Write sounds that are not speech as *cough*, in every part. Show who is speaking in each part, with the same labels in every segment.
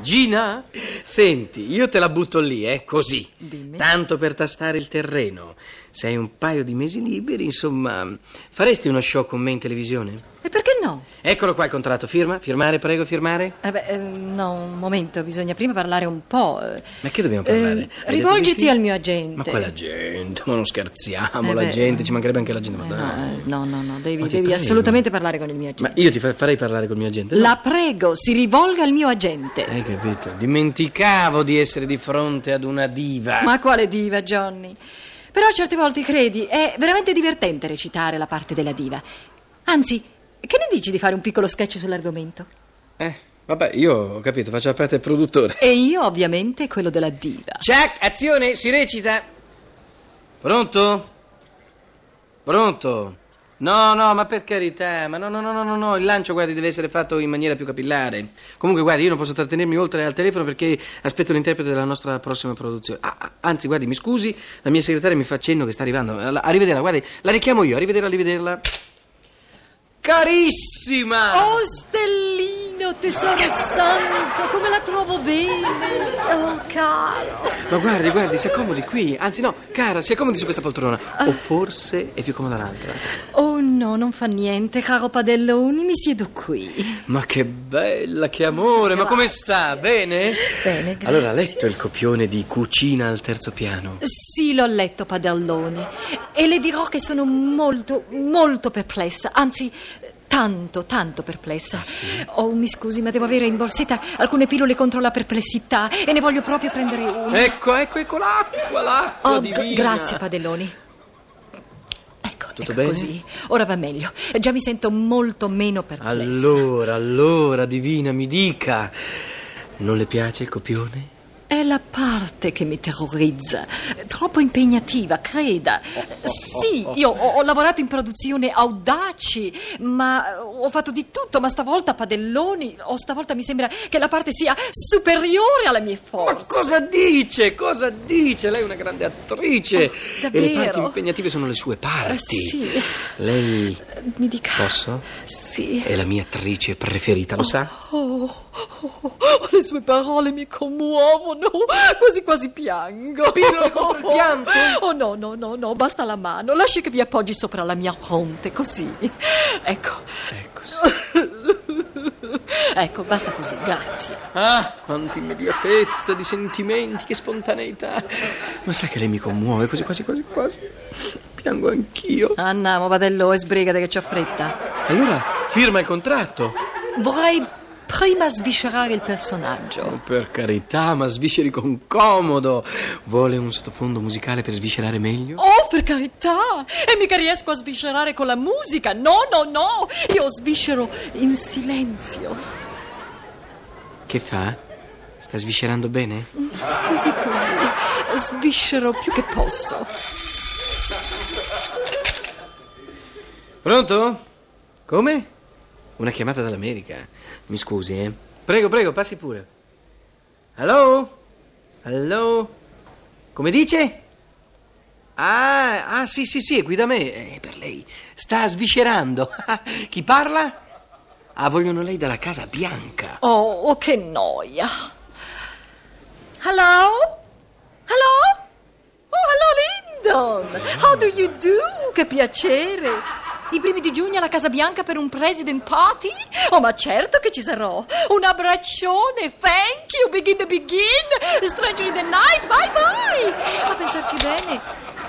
Speaker 1: Gina, senti, io te la butto lì, eh, così.
Speaker 2: Dimmi.
Speaker 1: Tanto per tastare il terreno. Se hai un paio di mesi liberi, insomma, faresti uno show con me in televisione?
Speaker 2: E perché no?
Speaker 1: Eccolo qua il contratto, firma, firmare, prego, firmare.
Speaker 2: Eh beh, eh, no, un momento, bisogna prima parlare un po'. eh.
Speaker 1: Ma che dobbiamo parlare?
Speaker 2: Eh,
Speaker 1: Hai detto di
Speaker 2: rivolgiti
Speaker 1: sì?
Speaker 2: al mio agente.
Speaker 1: Ma quella gente, ma non scherziamo,
Speaker 2: Eh
Speaker 1: la
Speaker 2: beh,
Speaker 1: gente,
Speaker 2: eh.
Speaker 1: ci mancherebbe anche la gente. Ma,
Speaker 2: Eh,
Speaker 1: dai.
Speaker 2: no, eh, no, no, no, devi,
Speaker 1: Ma ti
Speaker 2: devi
Speaker 1: prego.
Speaker 2: assolutamente parlare con il mio agente.
Speaker 1: Ma io ti fa- farei parlare col mio agente. no? Eh.
Speaker 2: La prego, si rivolga al mio agente.
Speaker 1: Hai capito? Dimenticavo di essere di fronte ad una diva.
Speaker 2: Ma quale diva, Johnny? Però certe volte, credi, è veramente divertente recitare la parte della diva. Anzi, che ne dici di fare un piccolo sketch sull'argomento?
Speaker 1: Eh, vabbè, io ho capito, faccio la parte del produttore.
Speaker 2: E io, ovviamente, quello della diva.
Speaker 1: Jack, azione, si recita. Pronto? Pronto? No, no, ma per carità, ma no, no, no, no, no, no, il lancio, guardi, deve essere fatto in maniera più capillare. Comunque, guardi, io non posso trattenermi oltre al telefono perché aspetto l'interprete della nostra prossima produzione. Ah, ah, anzi, guardi, mi scusi, la mia segretaria mi fa cenno che sta arrivando. Alla- Arrivederla, guardi, la richiamo io, arrivederla, arrivederla. Carissima!
Speaker 2: Oh, Stellino, tesoro santo, come la trovo bene! Oh, caro!
Speaker 1: Ma guardi, guardi, si accomodi qui, anzi no, cara, si accomodi su questa poltrona. O forse è più comoda l'altra.
Speaker 2: Oh, no, non fa niente, caro Padelloni, mi siedo qui.
Speaker 1: Ma che bella, che amore, ma come
Speaker 2: Grazie.
Speaker 1: sta? Bene?
Speaker 2: Bene, grazie.
Speaker 1: Allora, ha letto il copione di Cucina al terzo piano?
Speaker 2: Sì, l'ho letto, Padelloni, e le dirò che sono molto, molto perplessa, anzi... Tanto, tanto perplessa. Oh, mi scusi, ma devo avere in borsetta alcune pillole contro la perplessità e ne voglio proprio prendere una.
Speaker 1: Ecco, ecco, ecco l'acqua, l'acqua
Speaker 2: Oh,
Speaker 1: divina.
Speaker 2: g- grazie Padelloni. Ecco,
Speaker 1: Tutto
Speaker 2: ecco
Speaker 1: bene?
Speaker 2: così. Ora va meglio. Già mi sento molto meno perplessa.
Speaker 1: Allora, allora, divina, mi dica, non le piace il copione?
Speaker 2: È la parte che mi terrorizza. Troppo impegnativa, creda. Sì, io ho, ho lavorato in produzione audaci, ma ho fatto di tutto, ma stavolta Padelloni, o stavolta mi sembra che la parte sia superiore alle mie
Speaker 1: Ma
Speaker 2: forze.
Speaker 1: cosa dice? Cosa dice? Lei è una grande attrice. e le
Speaker 2: Oh, davvero?
Speaker 1: parti impegnative sono le sue parti.
Speaker 2: Eh, sì.
Speaker 1: Lei
Speaker 2: Mi dica.
Speaker 1: Posso?
Speaker 2: Sì.
Speaker 1: è la mia attrice preferita, lo sa?
Speaker 2: Oh, oh, oh, le sue parole mi commuovono, quasi quasi piango.
Speaker 1: Pillole contro Oh, il pianto?
Speaker 2: Oh no, no, no, no, basta la mano, lasci che vi appoggi sopra la mia fronte, così. Ecco,
Speaker 1: Ecco sì.
Speaker 2: ecco, basta così, grazie.
Speaker 1: Ah, quanta immediatezza di sentimenti, che spontaneità. Ma sai che lei mi commuove così, quasi, quasi, quasi. Piango anch'io.
Speaker 2: Andiamo, vadello, e sbrigate che c'ho fretta.
Speaker 1: Allora, firma il contratto.
Speaker 2: Vorrei prima sviscerare il personaggio.
Speaker 1: Oh, per carità, ma svisceri con comodo. Vuole un sottofondo musicale per sviscerare meglio?
Speaker 2: Oh, per carità! E mica riesco a sviscerare con la musica! No, no, no! Io sviscero in silenzio.
Speaker 1: Che fa? Sta sviscerando bene?
Speaker 2: Così così, sviscero più che posso.
Speaker 1: Pronto? Come? Una chiamata dall'America. Mi scusi, eh. Prego, prego, passi pure. Hello? Hello? Come dice? Ah, ah, sì, sì, sì, è qui da me. Eh, È per lei. Sta sviscerando. *laughs* Chi parla? Ah, vogliono lei dalla Casa Bianca.
Speaker 2: Oh, oh, che noia. Hello? Hello? Oh, hello Lyndon! How do you do? Che piacere! I primi di giugno alla Casa Bianca per un president party? Oh, ma certo che ci sarò! Un abbraccione, thank you, begin the begin, stranger in the night, bye bye! A pensarci bene,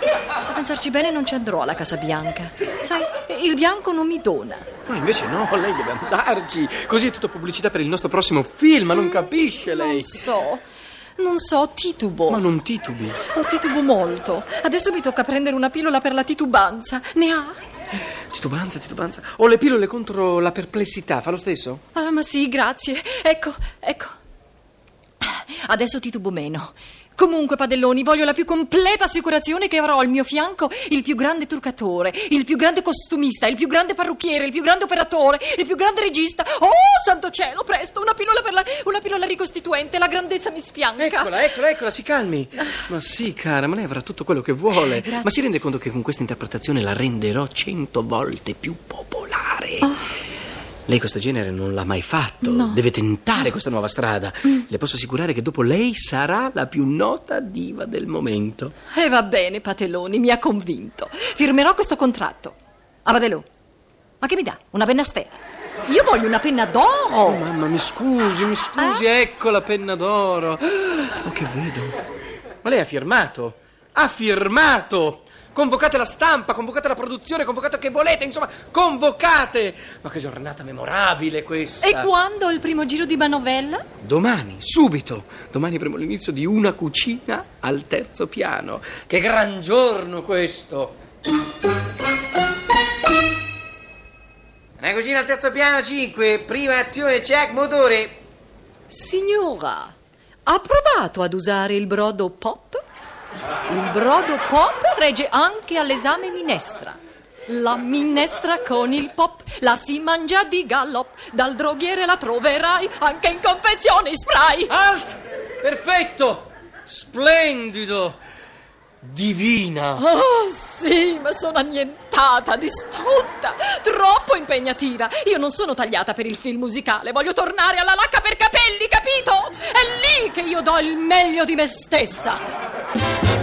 Speaker 2: a pensarci bene non ci andrò alla Casa Bianca. Sai, il bianco non mi dona.
Speaker 1: No, invece no, lei deve andarci. Così è tutta pubblicità per il nostro prossimo film, ma non capisce
Speaker 2: Non
Speaker 1: lei.
Speaker 2: so, non so, titubo.
Speaker 1: Ma non titubi.
Speaker 2: Oh, titubo molto. Adesso mi tocca prendere una pillola per la titubanza. Ne ha?
Speaker 1: Titubanza, titubanza. O le pillole contro la perplessità, fa lo stesso?
Speaker 2: Ah, ma sì, grazie. Ecco, ecco. Adesso titubo meno. Comunque, padelloni, voglio la più completa assicurazione che avrò al mio fianco il più grande truccatore, il più grande costumista, il più grande parrucchiere, il più grande operatore, il più grande regista. Oh, santo cielo, presto, una pillola, per la- una pillola ricostituente, la grandezza mi sfianca.
Speaker 1: Eccola, eccola, eccola, si calmi. Ecco. Eh, Ma sì, cara, ma lei avrà tutto quello che vuole.
Speaker 2: grazie.
Speaker 1: Ma si rende conto che con questa interpretazione la renderò cento volte più popolare. Lei questo genere non l'ha mai fatto. Deve tentare questa nuova strada. Le posso assicurare che dopo lei sarà la più nota diva del momento.
Speaker 2: E va bene, Patelloni, mi ha convinto. Firmerò questo contratto. Abadelò, ma che mi dà? Una penna sfera? Io voglio una penna
Speaker 1: Oh,
Speaker 2: d'oro!
Speaker 1: mamma, mi scusi, mi scusi, ecco la penna d'oro. Oh, che vedo. Ma lei ha firmato? Ha firmato! Convocate la stampa, convocate la produzione, convocate che volete, insomma, convocate! Ma che giornata memorabile questa!
Speaker 2: E quando il primo giro di manovella?
Speaker 1: Domani, subito! Domani avremo l'inizio di una cucina al terzo piano. Che gran giorno questo! Una cucina al terzo piano 5, prima azione, check, motore.
Speaker 2: Signora, ha provato ad usare il brodo pop? Il brodo pop regge anche all'esame minestra. La minestra con il pop la si mangia di gallop. Dal droghiere la troverai anche in confezioni spray.
Speaker 1: Alt! Perfetto! Splendido! Divina!
Speaker 2: Oh sì, ma sono annientata, distrutta, troppo impegnativa. Io non sono tagliata per il film musicale, voglio tornare alla lacca per capelli, capito? È lì che io do il meglio di me stessa.